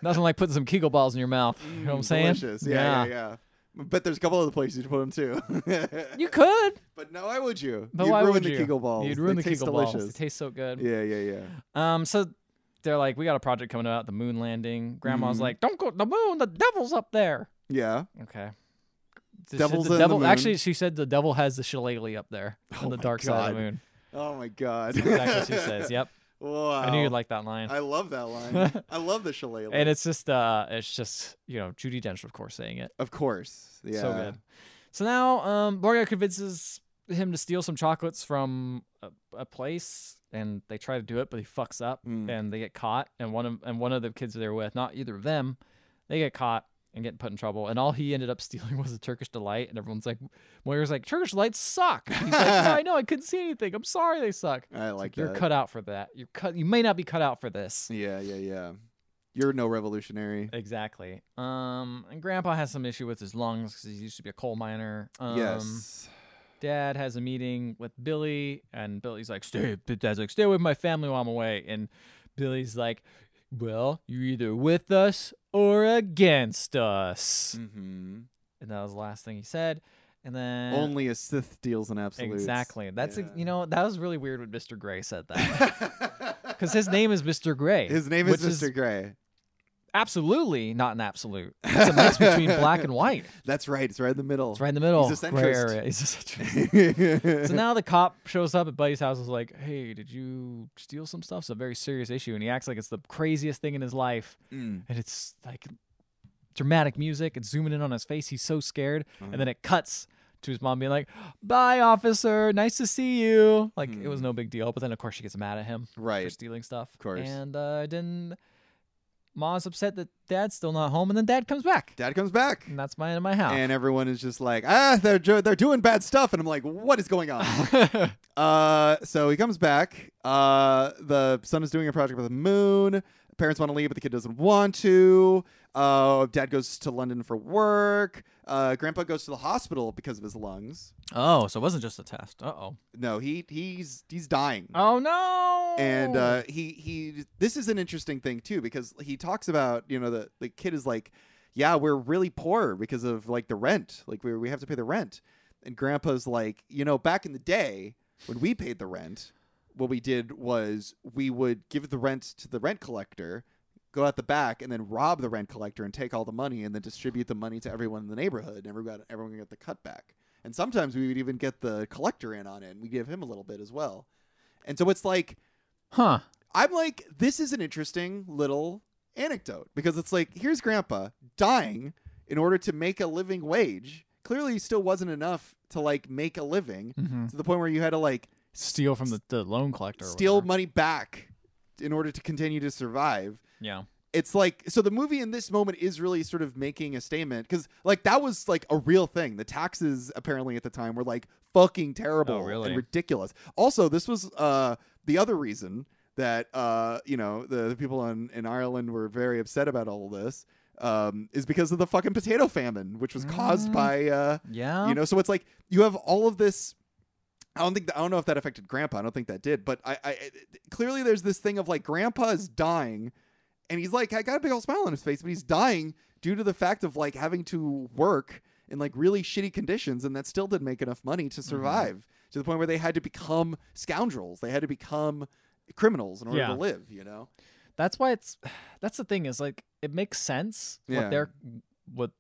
Nothing like putting some Kegel balls in your mouth. You know what I'm saying?
Mm, Delicious. Yeah, yeah, yeah. But there's a couple other places you should put them too.
You could,
But no, why would you?
but
You'd
why
ruin
would
the
you?
Kegel balls.
You'd ruin
They
the
taste
Kegel balls.
delicious.
It tastes so good.
Yeah, yeah, yeah.
Um, so they're like, we got a project coming out, the moon landing. Grandma's
Mhm.
like, don't go to the moon. The devil's up there.
Yeah.
Okay. She said
Devil's
the
in the
devil.
moon.
Actually, she said the devil has the shillelagh up there
Oh
on the
my
dark side of the
God.
moon.
Oh my god.
That's exactly what she says. Yep.
Wow.
I knew you'd like that line.
I love that line. I love the shillelagh.
and it's just, uh, it's just you know Judy Dench, of course, saying it.
of course. Yeah.
So good. So now, um, Gloria convinces him to steal some chocolates from a, a place, and they try to do it, but he fucks up,
Mm.
and they get caught. And one of and one of the kids they're with, not either of them, they get caught. And get put in trouble, and all he ended up stealing was a Turkish delight, and everyone's like, Moira's like, Turkish delights suck. He's like, no, I know, I couldn't see anything. I'm sorry, they suck.
I
It's
like
you're
that.
cut out for that. You're cut. You may not be cut out for this.
Yeah, yeah, yeah. You're no revolutionary.
Exactly. Um, and Grandpa has some issue with his lungs because he used to be a coal miner. Um,
yes.
Dad has a meeting with Billy, and Billy's like, "Stay." but Dad's like, "Stay with my family while I'm away." And Billy's like, "Well, you're either with us or against us.
Mm-hmm.
And that was the last thing he said. And then
Only a Sith deals in absolutes.
eh. exactly. That's ex-
Yeah.
you know that was really weird when Mr. Gray said that because his name is Mr. Gray.
His name is
which
Mr. Gray.
absolutely not an absolute. It's a mix between black and white.
That's right. It's right in the middle.
It's right in the middle.
He's a
Gray
centrist.
area. He's a centrist.
right.
so now the cop shows up at Buddy's house and is like, hey, did you steal some stuff? It's a very serious issue. And he acts like it's the craziest thing in his life.
Mm,
And it's like dramatic music. It's zooming in on his face. He's so scared. And
Mm-hmm.
then it cuts to his mom being like, bye, officer. Nice to see you. Like, it was no big deal. But then, of course, she gets mad at him for
Hmm. right.
stealing stuff. Of
course.
And uh, then mom's upset that dad's still not home. And then dad comes back.
Dad comes back.
And that's my end of my house.
And everyone is just like, ah, they're jo- they're doing bad stuff, and I'm like, what is going on? uh, so he comes back. Uh, the son is doing a project with the moon. Parents want to leave, but the kid doesn't want to. Uh, dad goes to London for work. Uh, grandpa goes to the hospital because of his lungs.
oh, so it wasn't just a test. Uh oh.
No, he he's he's dying.
Oh no!
and uh, he he this is an interesting thing too because he talks about you know the the kid is like yeah we're really poor because of like the rent like we we have to pay the rent and grandpa's like you know back in the day when we paid the rent what we did was we would give the rent to the rent collector go out the back and then rob the rent collector and take all the money and then distribute the money to everyone in the neighborhood and everyone got everyone got the cutback and sometimes we would even get the collector in on it and we give him a little bit as well and so it's like
huh?
I'm like, this is an interesting little anecdote because it's like, here's grandpa dying in order to make a living wage. Clearly, still wasn't enough to like make a living
Mm-hmm.
to the point where you had to like
Steal from the, the loan collector. or
steal
whatever.
money back in order to continue to survive.
yeah.
It's like, so the movie in this moment is really sort of making a statement because like that was like a real thing. The taxes apparently at the time were like fucking terrible
Oh, really?
and ridiculous. Also, this was uh, the other reason that uh, you know the, the people in, in Ireland were very upset about all this um, is because of the fucking potato famine, which was caused
Mm.
by uh,
Yeah.
you know. So it's like you have all of this. I don't think I don't know if that affected Grandpa. I don't think that did, but I, I it- clearly there's this thing of like Grandpa is dying, and he's like I got a big old smile on his face, but he's dying due to the fact of like having to work in like really shitty conditions, and that still didn't make enough money
Mm-hmm.
to survive to the point where they had to become scoundrels. They had to become criminals in order
Yeah.
to live. You know,
That's why it's. That's the thing is like it makes sense
Yeah.
what they're what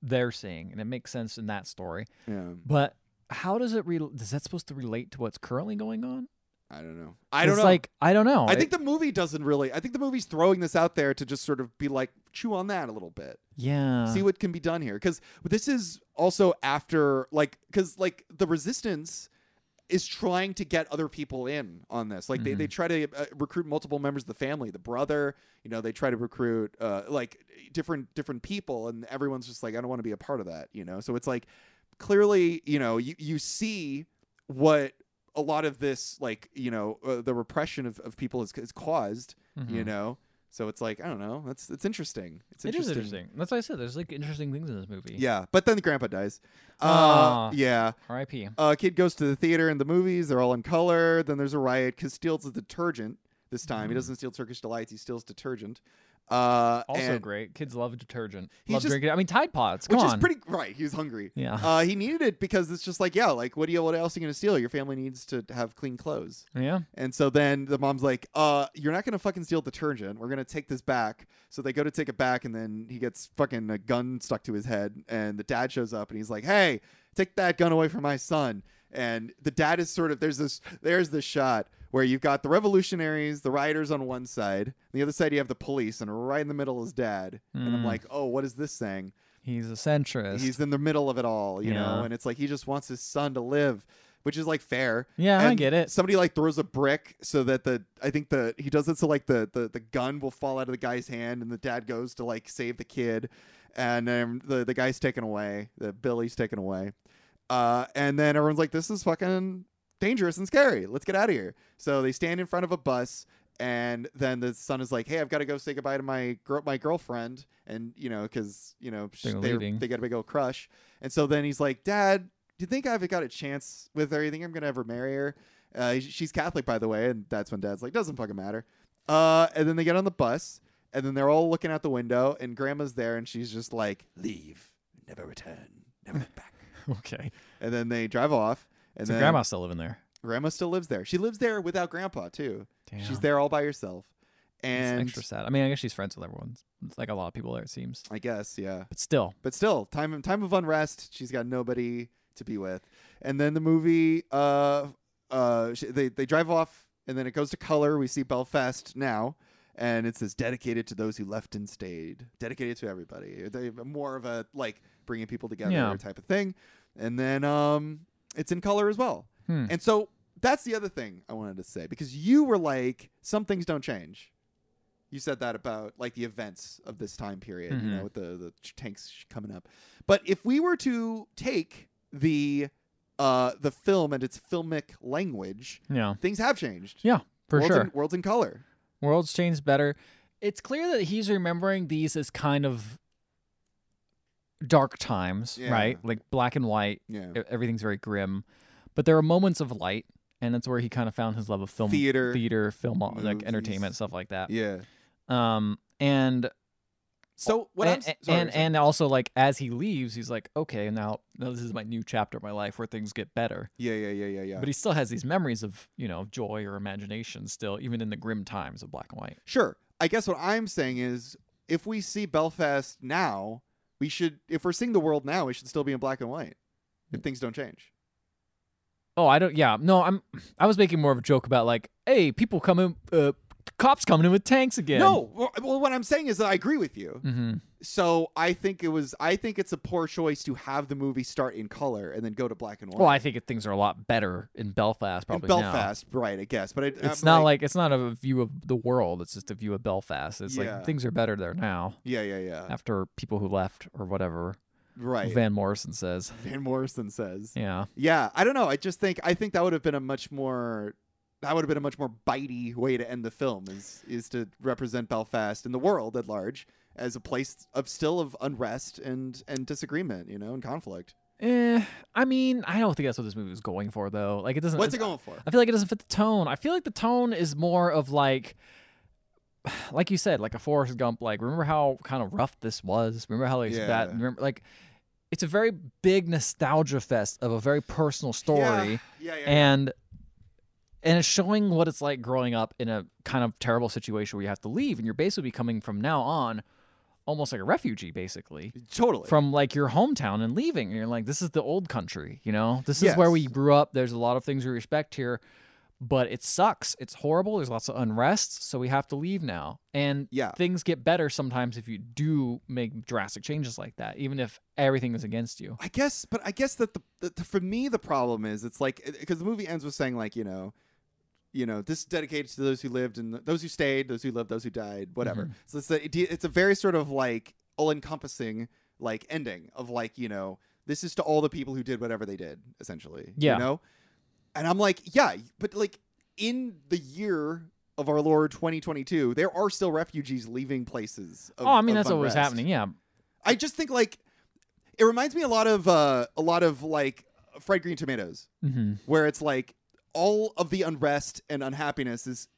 they're seeing, and it makes sense in that story.
yeah.
But how does it re? Is that supposed to relate to what's currently going on?
I don't know. I don't
It's
know.
Like I don't know.
I think
It-
the movie doesn't really. I think the movie's throwing this out there to just sort of be like chew on that a little bit.
yeah.
see what can be done here because this is also after like because like the resistance is trying to get other people in on this like
Mm-hmm.
they, they try to uh, recruit multiple members of the family the brother you know they try to recruit uh like different different people and everyone's just like i don't want to be a part of that you know so it's like clearly you know you, you see what a lot of this like you know uh, the repression of, of people is, is caused you
Mhm.
know so it's like i don't know that's it's interesting it's
It is
interesting
interesting. That's why I said there's like interesting things in this movie.
yeah, but then the grandpa dies. Uh,
Ah.
yeah.
R.I.P.
Uh, kid goes to the theater and the movies. They're all in color. Then there's a riot. Kid steals the detergent this time.
Mm.
He doesn't steal Turkish delights. He steals detergent. Uh,
Also
and-
great. Kids love detergent.
He's
Love
just-
drinking. I mean Tide Pods. Come
Which
on.
is pretty right. He was hungry.
Yeah.
Uh, he needed it because it's just like, yeah, like what do you, what else are you gonna steal? Your family needs to have clean clothes.
yeah.
And so then the mom's like, uh, you're not going to fucking steal detergent. We're going to take this back. So they go to take it back, and then he gets fucking a gun stuck to his head. And the dad shows up and he's like, hey, take that gun away from my son. And the dad is sort of, there's this, there's this shot where you've got the revolutionaries, the rioters on one side, and the other side you have the police, and right in the middle is dad. And I'm
Mm.
like, oh, what is this saying?
He's a centrist.
He's in the middle of it all, you know,
Yeah.
and it's like he just wants his son to live, which is like fair.
Yeah, I
And
get it.
Somebody like throws a brick so that the I think the he does it so like the the, the gun will fall out of the guy's hand and the dad goes to like save the kid and um, the the guy's taken away, the Billy's taken away. Uh and then everyone's like this is fucking dangerous and scary. Let's get out of here. So they stand in front of a bus and then the son is like, "Hey, I've got to go say goodbye to my girl, my girlfriend," and you know, because you know sh-
They're
they
leaving.
they got a big old crush, and so then he's like, "Dad, do you think I've got a chance with her? You think I'm gonna ever marry her? Uh, she's Catholic, by the way." And that's when Dad's like, "Doesn't fucking matter." Uh, and then they get on the bus, And then they're all looking out the window, and Grandma's there, and she's just like, "Leave, never return, never look back."
Okay.
And then they drive off, and
so
then
grandma's still living there.
Grandma still lives there. She lives there without Grandpa too.
Damn.
She's there all by herself,
That's
and
extra sad. I mean, I guess she's friends with everyone. It's like a lot of people there, it seems.
I guess yeah.
But still,
But still, time time of unrest. She's got nobody to be with, and then the movie. Uh, uh, sh- they they drive off, and then it goes to color. We see Belfast now, and it says dedicated to those who left and stayed, dedicated to everybody. They more of a like bringing people together
Yeah.
type of thing, and then um, it's in color as well.
Hmm.
And so that's the other thing I wanted to say because you were like, some things don't change. You said that about like the events of this time period, you know,
Mhm.
with the the ch- tanks sh- coming up. But if we were to take the uh the film and its filmic language,
yeah,
things have changed.
Yeah, for
world's
sure.
In, world's in color.
World's changed better. It's clear that he's remembering these as kind of dark times,
Yeah.
right? Like black and white.
Yeah.
e- Everything's very grim. But there are moments of light, and that's where he kind of found his love of film,
Theater.
theater film, like
movies.
entertainment, stuff like that.
Yeah.
Um, and
So what
and,
I'm s-
and-
sorry,
and,
sorry.
and also like as he leaves, he's like, okay, now, now this is my new chapter of my life where things get better.
yeah, yeah, yeah, yeah, yeah.
But he still has these memories of you know joy or imagination still, even in the grim times of black and white.
Sure. I guess what I'm saying is if we see Belfast now, we should if we're seeing the world now, we should still be in black and white. If things don't change.
Oh, I don't. Yeah, no, I'm. I was making more of a joke about like, hey, people coming, uh, cops coming in with tanks again.
No, well- well what I'm saying is that I agree with you.
hmm
So I think it was I think it's a poor choice to have the movie start in color and then go to black and white.
Well, I think it, things are a lot better in Belfast
in
probably now.
Belfast, right, I guess. But I,
It's not like, it's not a view of the world. It's just a view of Belfast. It's
Yeah.
like things are better there now
Yeah, yeah, yeah.
after people who left or whatever.
Right. Van,
Van Morrison says.
Morrison says.
Yeah.
Yeah, I don't know. I just think I think that would have been a much more that would have been a much more bitey way to end the film is is to represent Belfast and the world at large as a place of still of unrest and and disagreement, you know, and conflict.
Eh, I mean, I don't think that's what this movie was going for though. Like it doesn't.
What's it going for?
I feel like it doesn't fit the tone. I feel like the tone is more of like, like you said, like a Forrest Gump. Like, remember how kind of rough this was? Remember how like
Yeah.
that? Remember like, it's a very big nostalgia fest of a very personal story,
Yeah, yeah, yeah.
and and it's showing what it's like growing up in a kind of terrible situation where you have to leave, and you're basically becoming from now on almost like a refugee, basically
totally.
from like your hometown and leaving. And you're like, this is the old country, you know? This is where we
Yes.
grew up. There's a lot of things we respect here, but it sucks. It's horrible. There's lots of unrest. So we have to leave now. And
yeah.
things get better sometimes if you do make drastic changes like that, even if everything is against you.
I guess, but I guess that the, the, the for me the problem is it's like because the movie ends with saying like you know, you know this is dedicated to those who lived and those who stayed, those who lived, those who died, whatever.
Mm-hmm.
So it's a, it's a very sort of like all encompassing like ending of like you know this is to all the people who did whatever they did essentially.
Yeah.
You know, and I'm like yeah, but like in the year. Of our Lord 2022, there are still refugees leaving places. Of,
oh, I mean,
of
that's what was
unrest.
happening. Yeah.
I just think like it reminds me a lot of uh, a lot of like fried green tomatoes,
hmm
where it's like all of the unrest and unhappiness is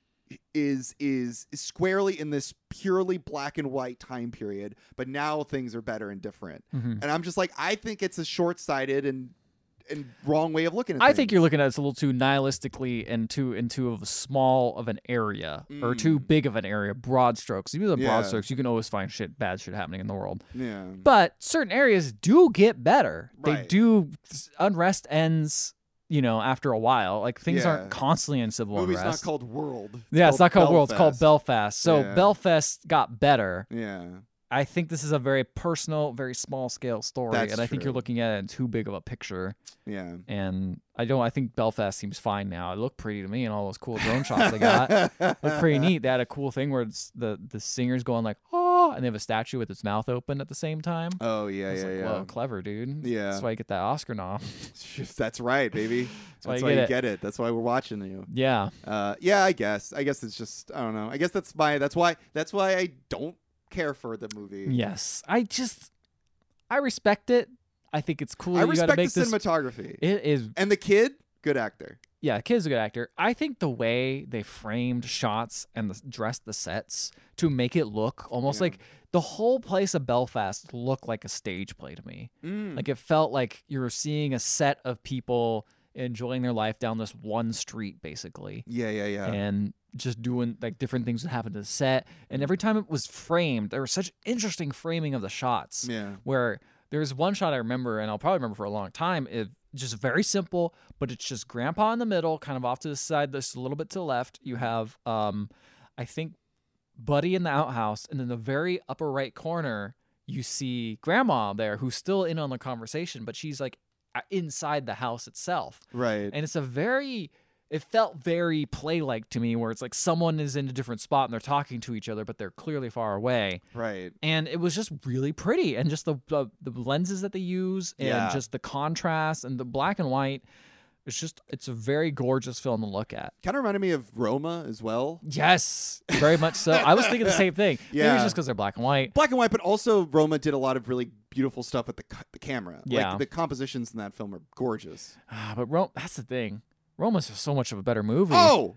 is is, is squarely in this purely black and white time period, but now things are better and different.
hmm
And I'm just like, I think it's a short sighted and and wrong way of looking at.
I think
things.
you're looking at it a little too nihilistically and too into of a small of an area or too
Mm.
big of an area. Broad strokes. Even the
Yeah.
broad strokes, you can always find shit bad shit happening in the world.
yeah.
But certain areas do get better. They
Right.
do unrest ends, you know, after a while. Like things
Yeah.
aren't constantly in civil
Movie's not
unrest.
called World.
yeah, it's not called World, it's called
Belfast.
Belfast. So
Yeah.
Belfast got better.
Yeah.
I think this is a very personal, very small scale story.
That's
and I think you're
true.
looking at it in too big of a picture.
Yeah.
And I don't I think Belfast seems fine now. It looked pretty to me and all those cool drone shots they got. Looked pretty neat. They had a cool thing where it's the, the singer's going like, oh, and they have a statue with its mouth open at the same time.
Oh yeah,
I was
yeah,
like,
yeah.
whoa, clever, dude.
Yeah.
That's why you get that Oscar nom.
That's right, baby.
why
That's
you
why
get
you
it.
get it. That's why we're watching you.
yeah.
Uh, yeah, I guess. I guess it's just I don't know. I guess that's my. That's why. That's why I don't care for the movie.
Yes. I just, I respect it. I think it's cool.
I
that you got
respect
to make
the
this.
cinematography
It is.
and the kid. Good actor.
yeah, the kid's a good actor. I think the way they framed shots and the, dressed the sets to make it look almost
Yeah.
like the whole place of Belfast looked like a stage play to me.
Hmm.
Like it felt like you were seeing a set of people enjoying their life down this one street, basically,
yeah, yeah, yeah.
and just doing like different things that happened to the set. And every time it was framed, there was such interesting framing of the shots
yeah.
where there's one shot I remember, and I'll probably remember for a long time. It just very simple, but it's just grandpa in the middle, kind of off to the side, just a little bit to the left. You have, um, I think, Buddy in the outhouse, and in the very upper right corner, you see grandma there who's still in on the conversation, but she's like a- inside the house itself.
Right.
And it's a very it felt very play like to me where it's like someone is in a different spot and they're talking to each other but they're clearly far away
right.
and it was just really pretty and just the the, the lenses that they use and
Yeah.
just the contrast and the black and white it's just it's a very gorgeous film to look at
Kind of reminded me of Roma as well.
yes very much so i was thinking the same thing maybe
Yeah.
it's just because they're black and white
Black and white, but also Roma did a lot of really beautiful stuff with the, c- the camera.
Yeah.
Like the compositions in that film are gorgeous.
Ah, but rome that's the thing roma's just so much of a better movie
Oh,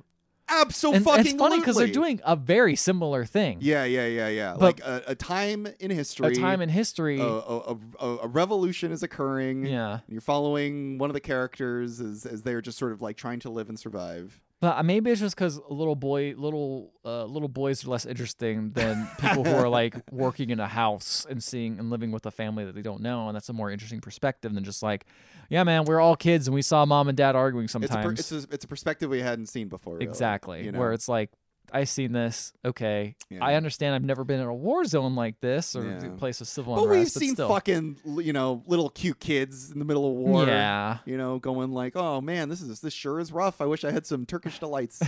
absolutely.
and it's funny because they're doing a very similar thing
Yeah, yeah, yeah, yeah.
But-
like a, a time in history. Oh.
a time in history
a, a, a, a revolution is occurring.
yeah
And you're following one of the characters as, as they're just sort of like trying to live and survive.
But uh, maybe it's just because little boy, little uh, little boys are less interesting than people who are like working in a house and seeing and living with a family that they don't know, and that's a more interesting perspective than just like, yeah, man, we're all kids and we saw mom and dad arguing
It's a, per,
sometimes.
it's, a, it's a perspective we hadn't seen before. really,
exactly,
you know?
where it's like, I've seen this. Okay,
Yeah.
I understand. I've never been in a war zone like this or
Yeah.
a place of civil
But
unrest.
we've seen
still,
fucking, you know, little cute kids in the middle of war.
yeah,
You know, going like, oh man, this is this sure is rough. I wish I had some Turkish delights.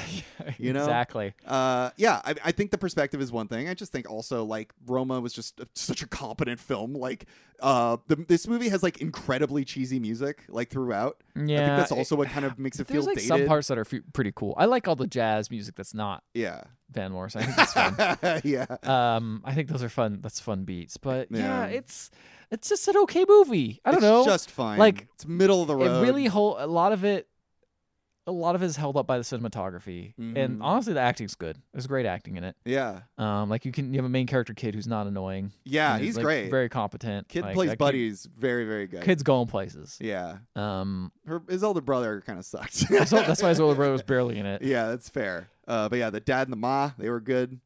You know?
exactly.
uh, yeah, I, I think the perspective is one thing. I just think also like Roma was just a, such a competent film. Like, uh, the, this movie has like incredibly cheesy music like throughout.
Yeah,
I think that's
it-
also what kind of makes it feel
there's like
dated.
some parts that are f- pretty cool. I like all the jazz music that's not
yeah,
Van Morrison. I think that's fun.
yeah.
um i think those are fun that's fun beats but yeah,
Yeah.
it's it's just an okay movie i don't
it's
know
Just fine.
Like,
it's middle of the road.
it really whole a lot of it a lot of it is held up by the cinematography and
Mhm.
honestly the acting's good there's great acting in it
Yeah,
um like you can you have a main character kid who's not annoying
yeah.
and
He's
like,
great.
very competent
Kid
Like,
plays
that
buddies. Very very good.
kid, kid's going places
Yeah,
um
her his older brother kind of sucked.
so that's why his older brother was barely in it
Yeah, that's fair. Uh, but yeah, the dad and the ma, they were good.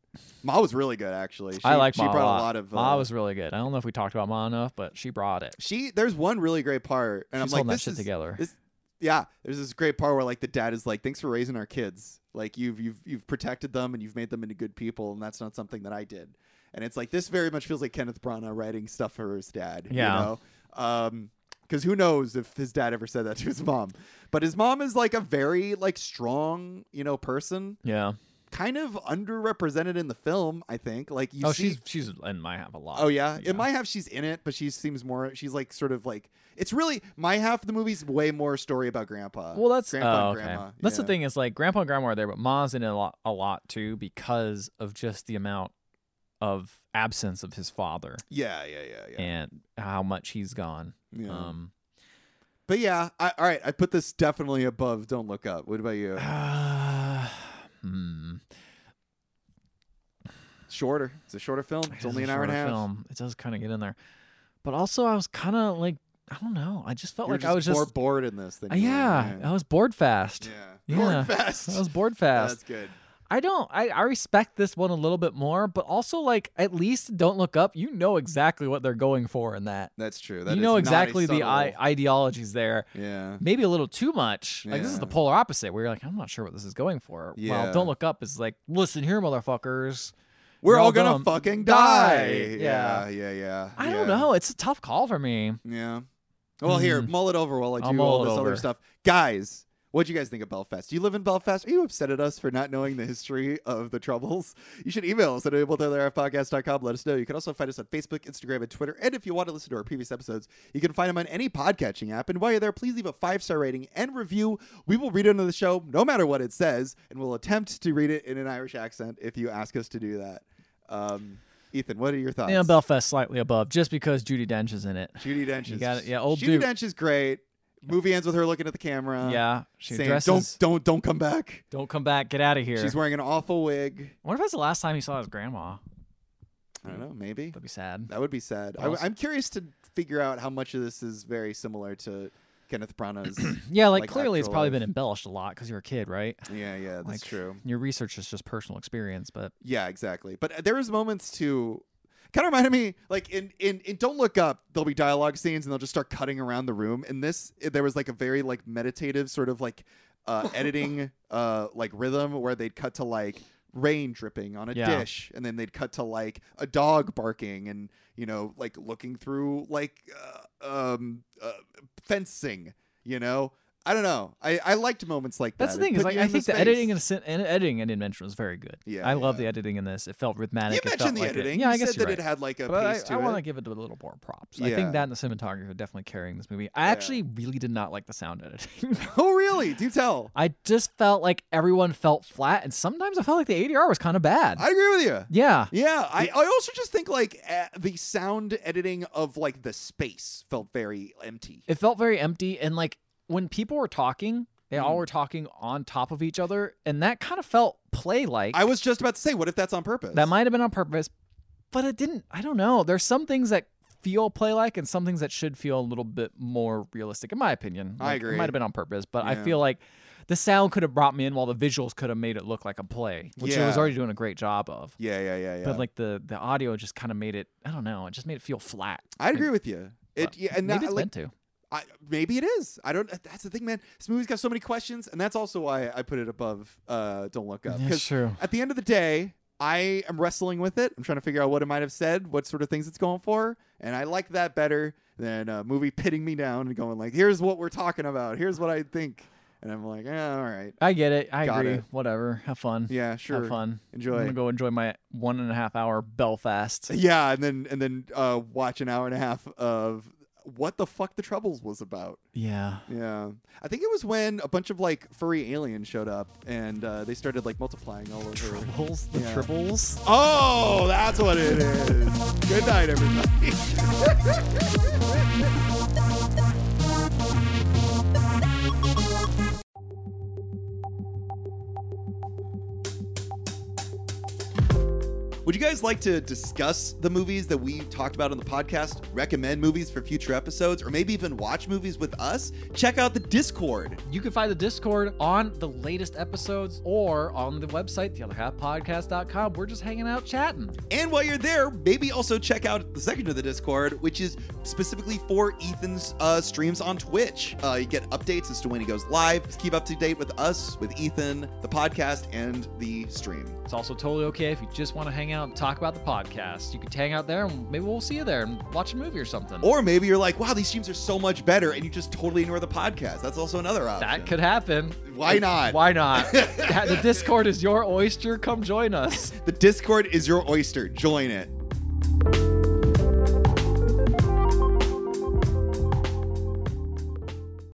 Ma was really good actually. She,
i like
she
ma
brought
a lot,
of. Uh,
ma was really good i don't know if we talked about ma enough but she brought it
She there's one really great part, and
she's
I'm
holding that
like, this
shit
is,
together
this- yeah. There's this great part where like the dad is like, thanks for raising our kids. Like you've you've you've protected them and you've made them into good people, and that's not something that I did. And it's like this very much feels like Kenneth Branagh writing stuff for his dad.
Yeah.
You know? Um, because who knows if his dad ever said that to his mom, but his mom is like a very like strong you know person,
yeah
kind of underrepresented in the film. I think like you
oh
see
she's she's in my half a lot
Oh yeah?
Yeah.
in my half she's in it, but she seems more. She's like sort of like it's really my half of the movie's way more story about grandpa.
Well, that's
uh, grandpa
oh,
and
okay.
grandma.
That's the
yeah.
thing is like grandpa and grandma are there, but mom's in it a lot, a lot too because of just the amount of absence of his father
Yeah, yeah, yeah, yeah.
and how much he's gone.
yeah.
Um,
but yeah, I, all right. I put this definitely above. Don't look up. What about you? Uh,
hmm.
Shorter. It's a shorter film.
It
It's
is
only an hour and a
shorter
half.
Film. It does kind of get in there, but also I was kind of like I don't know. I just felt
You were
like I was
more
just
bored in this than
Uh,
you were in
yeah,
that.
I was bored fast.
yeah.
Yeah.
Bored fast.
I was bored
Yeah,
fast.
that's good.
I don't. I, I respect this one a little bit more, but also like at least don't look up. You know exactly what they're going for in that.
That's true. That
you
is
know
not a
exactly the I-
subtle-
ideologies there.
Yeah.
Maybe a little too much. Like this is the
Yeah.
polar opposite. Where you're like, I'm not sure what this is going for. Well,
Yeah.
don't look up. It's like, listen here, motherfuckers.
We're
You're
all
all
gonna
dumb.
fucking
um, Die.
die.
Yeah.
Yeah. Yeah. Yeah.
I don't
yeah.
know. It's a tough call for me.
Yeah. Well, here, mull it over while I
Mm. I'll
do
mull
all
it
this
over.
other stuff. Guys, what'd you guys think of Belfast? Do you live in Belfast? Are you upset at us for not knowing the history of the Troubles? You should email us at abletotherapodcast.com. Let us know. You can also find us on Facebook, Instagram, and Twitter. And if you want to listen to our previous episodes, you can find them on any podcatching app. And while you're there, please leave a five star rating and review. We will read it on the show, no matter what it says, and we'll attempt to read it in an Irish accent if you ask us to do that. Um, Ethan, what are your thoughts?
Yeah, Belfast slightly above, just because Judy Dench is in it.
Judy Dench
You
is
got it. Yeah, old
Judi
Duke.
Dench is great. Movie ends with her looking at the camera.
yeah, she
saying,
addresses.
"Don't, don't, Uh, don't come back."
don't come back. Get out of here.
She's wearing an awful wig.
I wonder if that's the last time he saw his grandma.
I don't know. Maybe
That'd be sad.
that would be sad. I,
What else?
am curious to figure out how much of this is very similar to Kenneth Branagh's.
Yeah, like,
like,
clearly it's
actual
probably
life.
been embellished a lot because you're a kid, right?
yeah, yeah, that's
Like-
true.
Your research is just personal experience, but
Yeah, exactly. But uh, there was moments too. Kind of reminded me, like in, in in Don't Look Up, there'll be dialogue scenes and they'll just start cutting around the room. In this, there was like a very like meditative sort of like uh, editing uh, like rhythm where they'd cut to like rain dripping on a
Yeah.
dish, and then they'd cut to like a dog barking, and you know like looking through like uh, um uh, fencing. You know, I don't know. I I liked moments like
that's
that.
the
It
thing is
put
like
you
I
in
think the
space.
editing and the editing and invention was very good.
Yeah,
I love
yeah.
the editing in this. It felt rhythmic.
You
it felt
mentioned the
like it-
editing.
Yeah, I
you
guess
said
you're
that
right.
it had like a
But I,
pace to
I
it.
want to give it a little more props. I
Yeah.
think that and the cinematographer are definitely carrying this movie. I
Yeah.
actually really did not like the sound editing.
Oh, really? Do tell.
I just felt like everyone felt flat, and sometimes I felt like the ADR was kind of bad.
I agree with you.
yeah,
Yeah, I, I also just think like uh, the sound editing of like the space felt very empty.
it felt very empty, and like when people were talking, they all
Mm.
were talking on top of each other, and that kind of felt play-like.
I was just about to say, what if that's on purpose?
that might have been on purpose, but it didn't. I don't know. There's some things that feel play-like, and some things that should feel a little bit more realistic, in my opinion.
I
Like,
agree.
It might have been on purpose, but I
Yeah.
feel like. The sound could have brought me in, while the visuals could have made it look like a play, which it was
Yeah.
already doing a great job of.
Yeah, yeah, yeah, yeah.
but like the the audio just kind of made it i don't know it just made it feel flat
I agree with you. It yeah, and
maybe
that,
it's
like,
meant to
I, maybe it is. I don't. That's the thing, man. This movie's got so many questions, and that's also why I put it above. Uh, don't look up because
true
at the end of the day, I am wrestling with it. I'm trying to figure out what it might have said, what sort of things it's going for, and I like that better than a movie pitting me down and going like, "Here's what we're talking about. Here's what I think," and I'm like, eh, "All right,
i get it i
Got
agree
it.
whatever have fun
yeah,
have
sure,
fun i'm
enjoy."
gonna go enjoy my one and a half hour belfast
Yeah, and then and then uh, watch an hour and a half of what the fuck the troubles was about.
yeah
Yeah, I think it was when a bunch of like furry aliens showed up and uh, they started like multiplying all over.
tribbles the
Yeah.
tribbles
Oh, that's what it is. Good night, everybody. Would you guys like to discuss the movies that we talked about on the podcast, recommend movies for future episodes, or maybe even watch movies with us? Check out the Discord.
You can find the Discord on the latest episodes or on the website, theotherhalfpodcast.com. We're just hanging out chatting.
And while you're there, maybe also check out the section of the Discord, which is specifically for Ethan's uh, streams on Twitch. Uh, you get updates as to when he goes live. Just keep up to date with us, with Ethan, the podcast, and the stream.
It's also totally okay if you just want to hang out and talk about the podcast. You could hang out there and maybe we'll see you there and watch a movie or something.
Or maybe you're like, wow, these streams are so much better, and you just totally ignore the podcast. That's also another option.
That could happen.
Why not?
Why not? the Discord is your oyster. Come join us.
The Discord is your oyster. Join it.